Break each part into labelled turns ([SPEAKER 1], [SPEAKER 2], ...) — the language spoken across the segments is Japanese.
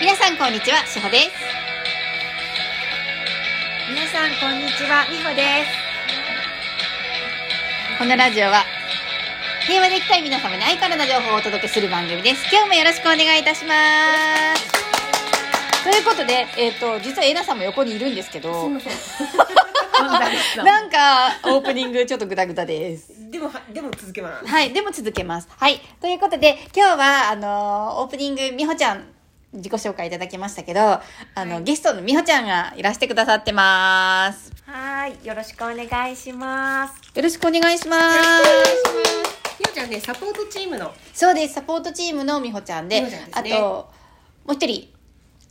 [SPEAKER 1] 皆さんこんにちは、しほです。
[SPEAKER 2] 皆さんこんにちは、みほです。
[SPEAKER 1] このラジオは平和でいきたい皆様に愛からな情報をお届けする番組です。今日もよろしくお願いいたします。ということで、えっ、と実はエナさんも横にいるんですけど、なんかオープニングちょっとグダグダです。
[SPEAKER 2] でもはでも続けます。
[SPEAKER 1] はい、でも続けます。はい、ということで今日はあのーオープニングみほちゃん自己紹介いただきましたけど、あの、ゲストのみほちゃんがいらしてくださってます。
[SPEAKER 3] はい、よろしくお願いします。
[SPEAKER 1] よろしくお願いします。
[SPEAKER 2] みほちゃんねサポートチームの
[SPEAKER 1] そうですサポートチームのみほちゃんで
[SPEAKER 2] みほちゃんで
[SPEAKER 1] あと
[SPEAKER 2] すね
[SPEAKER 1] もう一人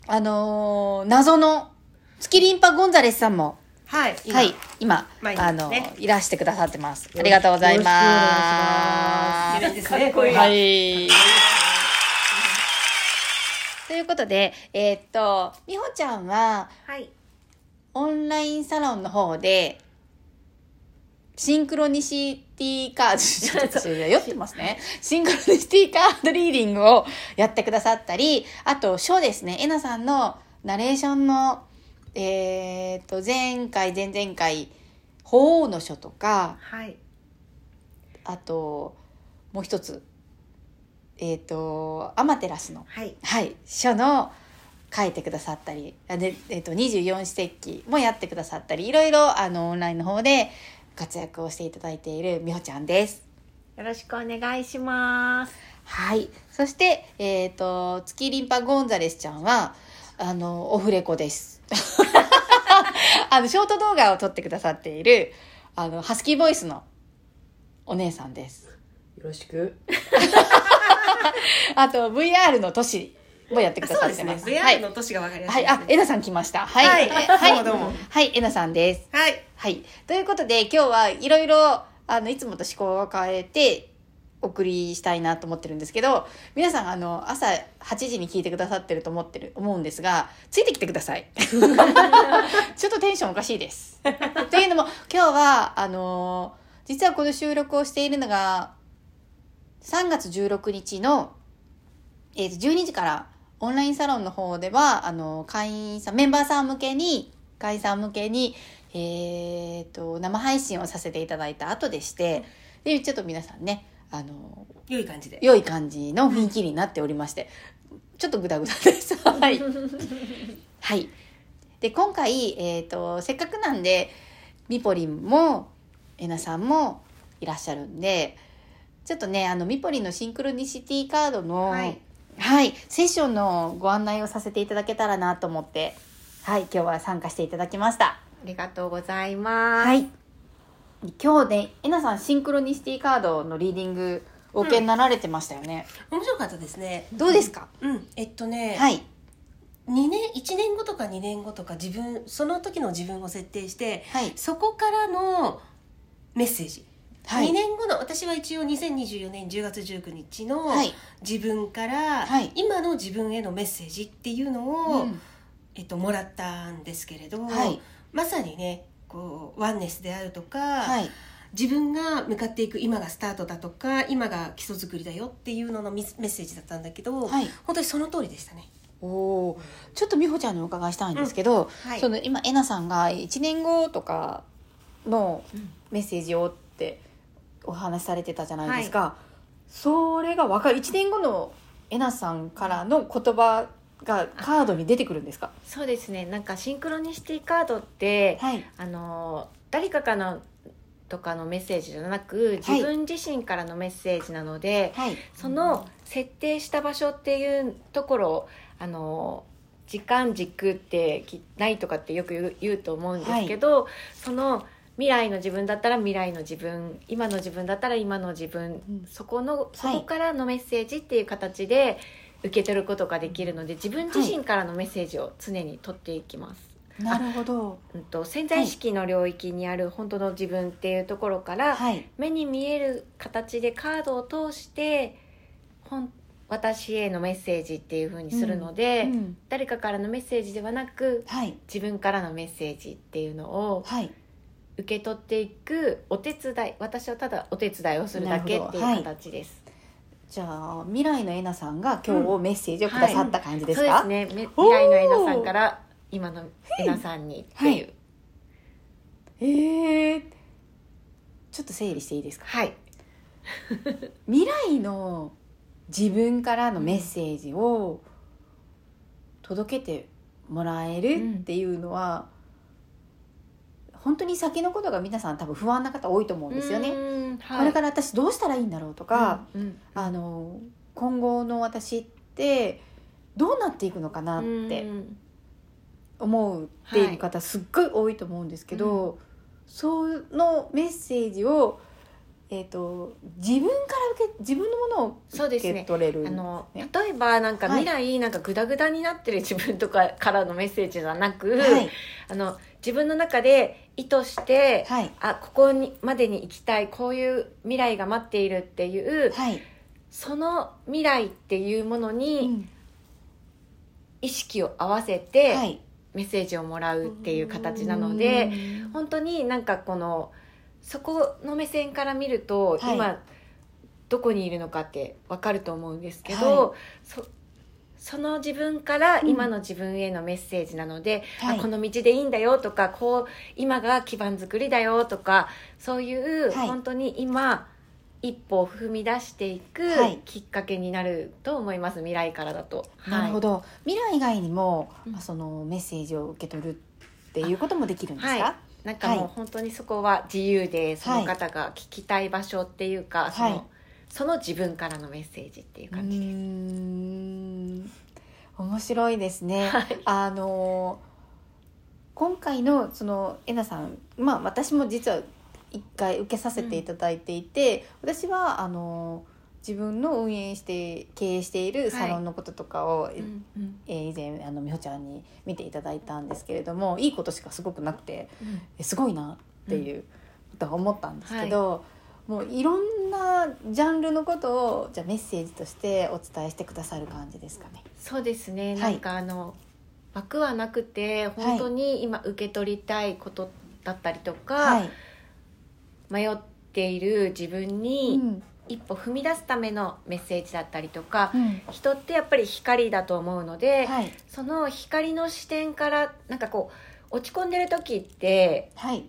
[SPEAKER 1] あのー謎の月リンパゴンザレスさんも
[SPEAKER 2] はい今
[SPEAKER 1] はい今、
[SPEAKER 2] 前に
[SPEAKER 1] あの
[SPEAKER 2] ね
[SPEAKER 1] いらしてくださってますありがとうございます
[SPEAKER 2] いいですねこれ
[SPEAKER 1] はいということでえーっとみほちゃんは
[SPEAKER 3] はい、
[SPEAKER 1] オンラインサロンの方でシンクロニシティカード、ちょっと私酔ってますね。 シンクロニシティカードリーディングをやってくださったり、あと、ショーですね。えなさんのナレーションの、えっと、前回、前々回、法王の書とか、
[SPEAKER 2] はい
[SPEAKER 1] あと、もう一つ、えっと、アマテラスの
[SPEAKER 2] はい
[SPEAKER 1] はい、書の書いてくださったりあで、えっと24史跡もやってくださったりいろいろあのオンラインの方で活躍をしていただいているみほちゃんです。
[SPEAKER 3] よろしくお願いします。
[SPEAKER 1] はい、そして、えっと月リンパゴンザレスちゃんはあのオフレコです。 あのショート動画を撮ってくださっているあのハスキーボイスのお姉さんです。
[SPEAKER 4] よろしく。
[SPEAKER 1] あと VR の都市もやってく
[SPEAKER 2] あ
[SPEAKER 1] だ
[SPEAKER 2] そ
[SPEAKER 1] さ
[SPEAKER 2] う
[SPEAKER 1] っ
[SPEAKER 2] で
[SPEAKER 1] て
[SPEAKER 2] す
[SPEAKER 1] ま
[SPEAKER 2] ね
[SPEAKER 1] す。
[SPEAKER 2] VR の年がわかりやす
[SPEAKER 1] はいい、
[SPEAKER 2] です
[SPEAKER 1] あ
[SPEAKER 2] ね、
[SPEAKER 1] えなさん来ました。はい、えは
[SPEAKER 2] どうもどうも
[SPEAKER 1] はい、えなさんです。
[SPEAKER 2] はい
[SPEAKER 1] はい、ということで、今日はいろいろ、あの、いつもと思考を変えて。お送りしたいなと思ってるんですけど、皆さん、あの、朝8時に聞いてくださってると思ってる、思うんですが。ついてきてください。ちょっとテンションおかしいです。というのも、今日は、あの実はこの収録をしているのが。3月16日の。えーと12時からオンラインサロンの方ではあの会員さんメンバーさん向けに会員さん向けに、えー、と生配信をさせていただいた後でしてでちょっと皆さんねあの
[SPEAKER 2] 良い感じで
[SPEAKER 1] 良い感じの雰囲気になっておりましてちょっとグダグダ です。はい、はい、で今回、えー、とせっかくなんでみぽりんもえなさんもいらっしゃるんでちょっとねあのみぽりんのシンクロニシティカードの、
[SPEAKER 2] はい
[SPEAKER 1] はいセッションのご案内をさせていただけたらなと思って、はい、今日は参加していただきました。
[SPEAKER 3] ありがとうございます。
[SPEAKER 1] はい。今日ね、えなさんシンクロニシティカードのリーディングお受けになられてましたよね。
[SPEAKER 2] 面白かったですね
[SPEAKER 1] どうですか、
[SPEAKER 2] うんえっとね、
[SPEAKER 1] はい。
[SPEAKER 2] 二年1年後とか2年後とか自分その時の自分を設定して
[SPEAKER 1] はい。
[SPEAKER 2] そこからのメッセージ、
[SPEAKER 1] はい。
[SPEAKER 2] 2年後の私は一応2024年10月19日の、
[SPEAKER 1] はい。
[SPEAKER 2] 自分から、
[SPEAKER 1] はい
[SPEAKER 2] 今の自分へのメッセージっていうのを、
[SPEAKER 1] うん
[SPEAKER 2] えっと、もらったんですけれど、
[SPEAKER 1] はい。
[SPEAKER 2] まさにねこうワンネスであるとか、
[SPEAKER 1] はい。
[SPEAKER 2] 自分が向かっていく今がスタートだとか今が基礎作りだよっていうののミスメッセージだったんだけど、
[SPEAKER 1] はい。
[SPEAKER 2] 本当にその通りでしたね。
[SPEAKER 1] おお。ちょっと美穂ちゃんにお伺いしたいんですけど、
[SPEAKER 2] はい
[SPEAKER 1] その今えなさんが一年後とかのメッセージをってお話しされてたじゃないですか。それがわかる一年後のえなさんからの言葉がカードに出てくるんですか。
[SPEAKER 3] そうですね。なんかシンクロニシティカードって、
[SPEAKER 1] はい。
[SPEAKER 3] あの誰かからのとかのメッセージじゃなく、
[SPEAKER 1] い
[SPEAKER 3] 自分自身からのメッセージなので、
[SPEAKER 1] はい。
[SPEAKER 3] その設定した場所っていうところをあの時間軸ってきないとかってよく言う言うと思うんですけど、その未来の自分だったら未来の自分今の自分だったら今の自分、
[SPEAKER 1] うん
[SPEAKER 3] そこのそこからのメッセージっていう形で受け取ることができるので自分自身からのメッセージを常に取っていきます。
[SPEAKER 1] なるほど。
[SPEAKER 3] うんと潜在意識の領域にある本当の自分っていうところから、
[SPEAKER 1] はい。
[SPEAKER 3] 目に見える形でカードを通して本私へのメッセージっていう風にするので、
[SPEAKER 1] うん
[SPEAKER 3] 誰かからのメッセージではなく
[SPEAKER 1] はい。
[SPEAKER 3] 自分からのメッセージっていうのを
[SPEAKER 1] はい。
[SPEAKER 3] 受け取っていくお手伝い私はただお手伝いをするだけっていう
[SPEAKER 1] なるほどはい
[SPEAKER 3] 形です。
[SPEAKER 1] じゃあ未来のえなさんが今日メッセージをくださった感じです
[SPEAKER 3] そう
[SPEAKER 1] か、
[SPEAKER 3] ですねめ未来のえなさんから今のえなさんにっていう
[SPEAKER 1] えーちょっと整理していいですか
[SPEAKER 3] はい
[SPEAKER 1] 未来の自分からのメッセージを届けてもらえるっていうのは、本当に先のことが皆さん多分不安な方多いと思うんですよね。
[SPEAKER 3] ね
[SPEAKER 1] これからら私どうしたらいいんだろうとか、あの今後の私ってどうなっていくのかなって思うっていう方すっごい多いと思うんですけど、そのメッセージを、えー、と自分から受け自分のものを
[SPEAKER 3] そうです
[SPEAKER 1] 受け
[SPEAKER 3] ね
[SPEAKER 1] 取れる
[SPEAKER 3] あの
[SPEAKER 1] ね
[SPEAKER 3] 例えばなんか
[SPEAKER 1] はい
[SPEAKER 3] 未来なんかグダグダになってる 自分とかからのメッセージじゃなく、
[SPEAKER 1] はい
[SPEAKER 3] あの自分の中で意図して、
[SPEAKER 1] はい
[SPEAKER 3] あここにまでに行きたいこういう未来が待っているっていう、
[SPEAKER 1] はい、
[SPEAKER 3] その未来っていうもの
[SPEAKER 1] う
[SPEAKER 3] に
[SPEAKER 1] ん
[SPEAKER 3] 意識を合わせて、
[SPEAKER 1] はい
[SPEAKER 3] メッセージをもらうっていう形なので
[SPEAKER 1] うん
[SPEAKER 3] 本当になんかこのそこの目線から見ると、
[SPEAKER 1] はい
[SPEAKER 3] 今どこにいるのかってわかると思うんですけど、そその自分から
[SPEAKER 1] うん
[SPEAKER 3] 今の自分へのメッセージなので、
[SPEAKER 1] はい
[SPEAKER 3] あこの道でいいんだよとかこう今が基盤作りだよとかそういう、
[SPEAKER 1] はい
[SPEAKER 3] 本当に今一歩を踏み出していく
[SPEAKER 1] はい
[SPEAKER 3] きっかけになると思います、未来からだと。
[SPEAKER 1] なるほ
[SPEAKER 3] ど
[SPEAKER 1] ど未来以外にも、
[SPEAKER 3] うん
[SPEAKER 1] そのメッセージを受け取るっていうこともできるんですか、
[SPEAKER 3] はいなんかも
[SPEAKER 1] は
[SPEAKER 3] う
[SPEAKER 1] い
[SPEAKER 3] 本当にそこは自由で、その方が聞きたい場所っていうか、そ
[SPEAKER 1] はい
[SPEAKER 3] のその自分からのメッセージっていう
[SPEAKER 1] うー
[SPEAKER 3] 感じです。
[SPEAKER 1] ん面白いですね。
[SPEAKER 3] はい
[SPEAKER 1] あの今回のそのえなさん、まあ私も実は一回受けさせていただいていて、私はあの自分の運営して経営しているサロンのこととかを、え
[SPEAKER 3] うんうん
[SPEAKER 1] えー以前あの美穂ちゃんに見ていただいたんですけれども、いいことしかすごくなくて、
[SPEAKER 3] うん
[SPEAKER 1] えすごいなっていうことは思ったんですけど、もういろんなジャンルのことをじゃあメッセージとしてお伝えしてくださる感じですかね。
[SPEAKER 3] そうですね、
[SPEAKER 1] はい
[SPEAKER 3] なんかあの枠はなくて本当に今受け取りたいことだったりとか、
[SPEAKER 1] はい、
[SPEAKER 3] 迷っている自分に
[SPEAKER 1] うん
[SPEAKER 3] 一歩踏み出すためのメッセージだったりとか、
[SPEAKER 1] うん
[SPEAKER 3] 人ってやっぱり光だと思うので、
[SPEAKER 1] はい
[SPEAKER 3] その光の視点からなんかこう落ち込んでる時って
[SPEAKER 1] はい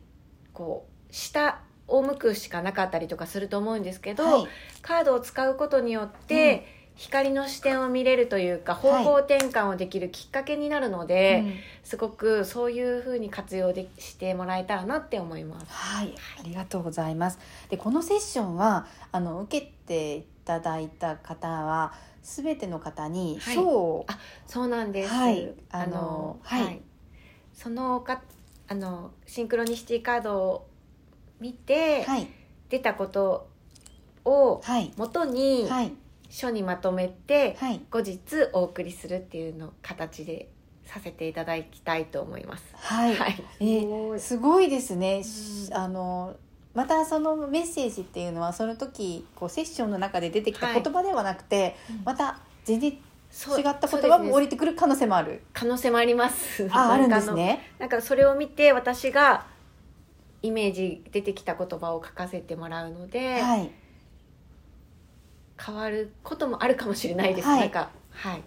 [SPEAKER 3] こう下を向くしかなかったりとかすると思うんですけど、
[SPEAKER 1] はい
[SPEAKER 3] カードを使うことによって、光の視点を見れるというか方向転換をできるきっかけになるので、
[SPEAKER 1] うん
[SPEAKER 3] すごくそういうふうに活用でしてもらえたらなって思います。
[SPEAKER 1] はい、ありがとうございます。で、このセッションは、あの受けていただいた方は、すべての方に
[SPEAKER 3] はい
[SPEAKER 1] 賞を、
[SPEAKER 3] あそうなんです、
[SPEAKER 1] はい
[SPEAKER 3] あ
[SPEAKER 1] あの
[SPEAKER 3] の
[SPEAKER 1] はい
[SPEAKER 3] そのかあのシンクロニシティカードを見て、
[SPEAKER 1] はい、
[SPEAKER 3] 出たことを
[SPEAKER 1] はい、
[SPEAKER 3] 元に
[SPEAKER 1] はい、
[SPEAKER 3] 書にまとめて、
[SPEAKER 1] はい、
[SPEAKER 3] 後日お送りするっていうの形でさせていただきたいと思います。
[SPEAKER 1] はい、
[SPEAKER 3] はい。
[SPEAKER 1] えーすごいですね、し
[SPEAKER 3] うん
[SPEAKER 1] あのまたそのメッセージっていうのはその時こうセッションの中で出てきた
[SPEAKER 3] はい
[SPEAKER 1] 言葉ではなくて、また全然違
[SPEAKER 3] そう
[SPEAKER 1] った
[SPEAKER 3] そ
[SPEAKER 1] 言
[SPEAKER 3] うです
[SPEAKER 1] 葉
[SPEAKER 3] ね
[SPEAKER 1] も降りてくる可能性もある、
[SPEAKER 3] 可能性もあります。
[SPEAKER 1] ああるんです
[SPEAKER 3] なんか
[SPEAKER 1] ね
[SPEAKER 3] あの。なんかそれを見て私がイメージ出てきた言葉を書かせてもらうので、
[SPEAKER 1] はい、
[SPEAKER 3] 変わることもあるかもしれないです。
[SPEAKER 1] はい
[SPEAKER 3] なんかはい。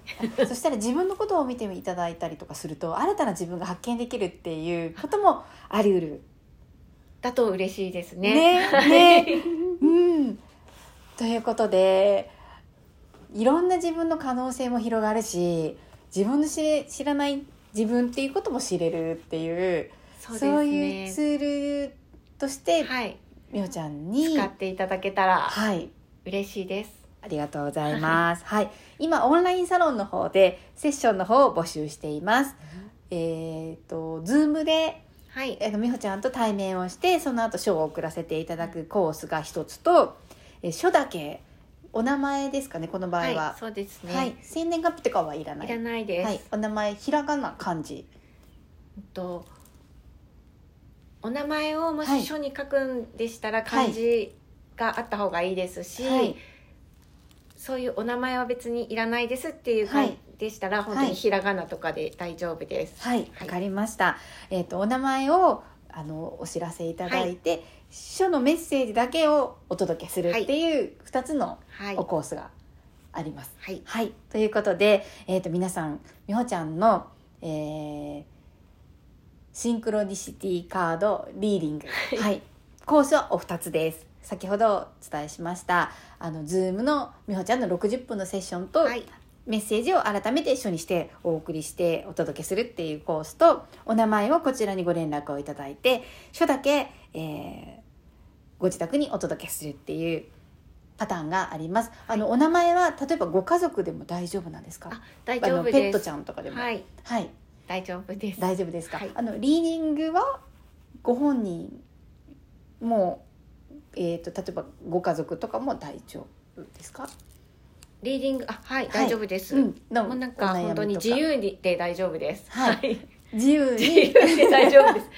[SPEAKER 1] そしたら自分のことを見ていただいたりとかすると新たな自分が発見できるっていうこともあり得る
[SPEAKER 3] だと嬉しいですね。
[SPEAKER 1] ね
[SPEAKER 3] はい
[SPEAKER 1] ねうん。ということでいろんな自分の可能性も広がるし自分の知れ知らない自分っていうことも知れるっていう
[SPEAKER 3] そ
[SPEAKER 1] そうう
[SPEAKER 3] ですね。
[SPEAKER 1] いうツールとして、
[SPEAKER 3] はい。
[SPEAKER 1] みおちゃんに
[SPEAKER 3] 使っていただけたら
[SPEAKER 1] はい
[SPEAKER 3] 嬉しいです。
[SPEAKER 1] ありがとうございます。はい、今オンラインサロンの方でセッションの方を募集しています。えっ、とズームで
[SPEAKER 3] はい。
[SPEAKER 1] えーと美穂ちゃんと対面をしてその後賞を送らせていただくコースが一つと、えー書だけお名前ですかねこの場合は、
[SPEAKER 3] そうですね。
[SPEAKER 1] はい、生年月日とかはいらない
[SPEAKER 3] いらないです。
[SPEAKER 1] はい、お名前ひらがな漢字
[SPEAKER 3] えっとお名前をも
[SPEAKER 1] は
[SPEAKER 3] し
[SPEAKER 1] い
[SPEAKER 3] 書に書くんでしたら
[SPEAKER 1] はい
[SPEAKER 3] 漢字があった方がいいですし、
[SPEAKER 1] はい
[SPEAKER 3] そういうお名前は別にいらないですっていう
[SPEAKER 1] はい
[SPEAKER 3] 感じでしたら、本当にひらがなとかで大丈夫です。
[SPEAKER 1] はいわかりました、えー、とお名前をあのお知らせいただいて、書のメッセージだけをお届けするっていう2つの
[SPEAKER 3] はい
[SPEAKER 1] おコースがあります。
[SPEAKER 3] はい
[SPEAKER 1] はい、ということで、えー、と皆さんみほちゃんの、えーシンクロニシティカードリーディング、はい、コースはお二つです。先ほどお伝えしましたあの Zoom のみほちゃんの60分のセッションと、
[SPEAKER 3] はい
[SPEAKER 1] メッセージを改めて一緒にしてお送りしてお届けするっていうコースとお名前をこちらにご連絡をいただいて書だけ、えーご自宅にお届けするっていうパターンがあります。あのお名前は例えばご家族でも大丈夫なんですか？
[SPEAKER 3] あ大
[SPEAKER 1] あ
[SPEAKER 3] 丈
[SPEAKER 1] の
[SPEAKER 3] 夫です
[SPEAKER 1] ペットちゃんとかでも、
[SPEAKER 3] は
[SPEAKER 1] はい、
[SPEAKER 3] い大丈夫です
[SPEAKER 1] 大丈夫ですか？
[SPEAKER 3] はい
[SPEAKER 1] あのリーディングはご本人もえっ、と例えばご家族とかも大丈夫ですか？
[SPEAKER 3] リーディングあはい、
[SPEAKER 1] はい
[SPEAKER 3] 大丈夫です、
[SPEAKER 1] うん、の
[SPEAKER 3] もうなんか
[SPEAKER 1] お悩みと
[SPEAKER 3] 本当に自由で大丈夫です
[SPEAKER 1] はい
[SPEAKER 3] い
[SPEAKER 1] 自由
[SPEAKER 3] 自由
[SPEAKER 1] に
[SPEAKER 3] で大丈夫です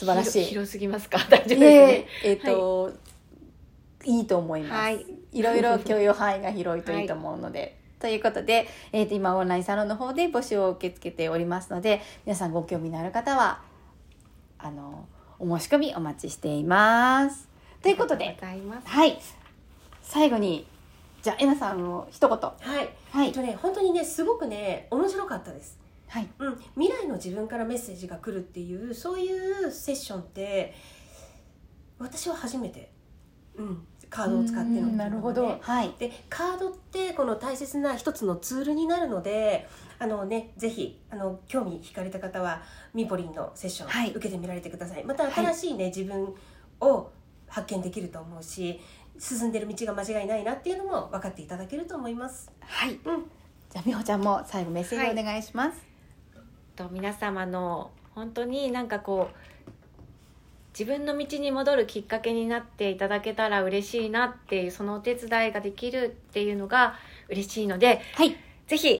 [SPEAKER 1] 素晴らしい
[SPEAKER 3] 広。広すぎますか大丈夫です
[SPEAKER 1] いえ
[SPEAKER 3] ね
[SPEAKER 1] えっ、と、い、いと思います、
[SPEAKER 3] はい、
[SPEAKER 1] ろいろ許容範囲が広いといいと思うので、ということで、えー、と今オンラインサロンの方で募集を受け付けておりますので皆さんご興味のある方はあのお申し込みお待ちしていますということ
[SPEAKER 3] あり
[SPEAKER 1] で
[SPEAKER 3] がとうございます
[SPEAKER 1] はい最後にじゃあえなさんを一言は
[SPEAKER 2] はい、えっ
[SPEAKER 1] い
[SPEAKER 2] とね本当にねすごくね面白かったです、
[SPEAKER 1] はい
[SPEAKER 2] うん、未来の自分からメッセージが来るっていうそういうセッションって私は初めて、うん、カードを使ってるの
[SPEAKER 1] うんなるほどはい
[SPEAKER 2] でカードってこの大切な一つのツールになるのであのねぜひあの興味惹かれた方はミポリンのセッシ
[SPEAKER 1] は
[SPEAKER 2] ョ
[SPEAKER 1] い
[SPEAKER 2] ン受けてみられてください、また新しいね、自分を発見できると思うし進んでる道が間違いないなっていうのも分かっていただけると思います
[SPEAKER 1] はい、
[SPEAKER 2] うん
[SPEAKER 1] じゃあ美穂ちゃんも最後メッセージお願いします
[SPEAKER 3] と皆様の本当になんかこう自分の道に戻るきっかけになっていただけたら嬉しいなっていうそのお手伝いができるっていうのが嬉しいので
[SPEAKER 1] はい
[SPEAKER 3] ぜひ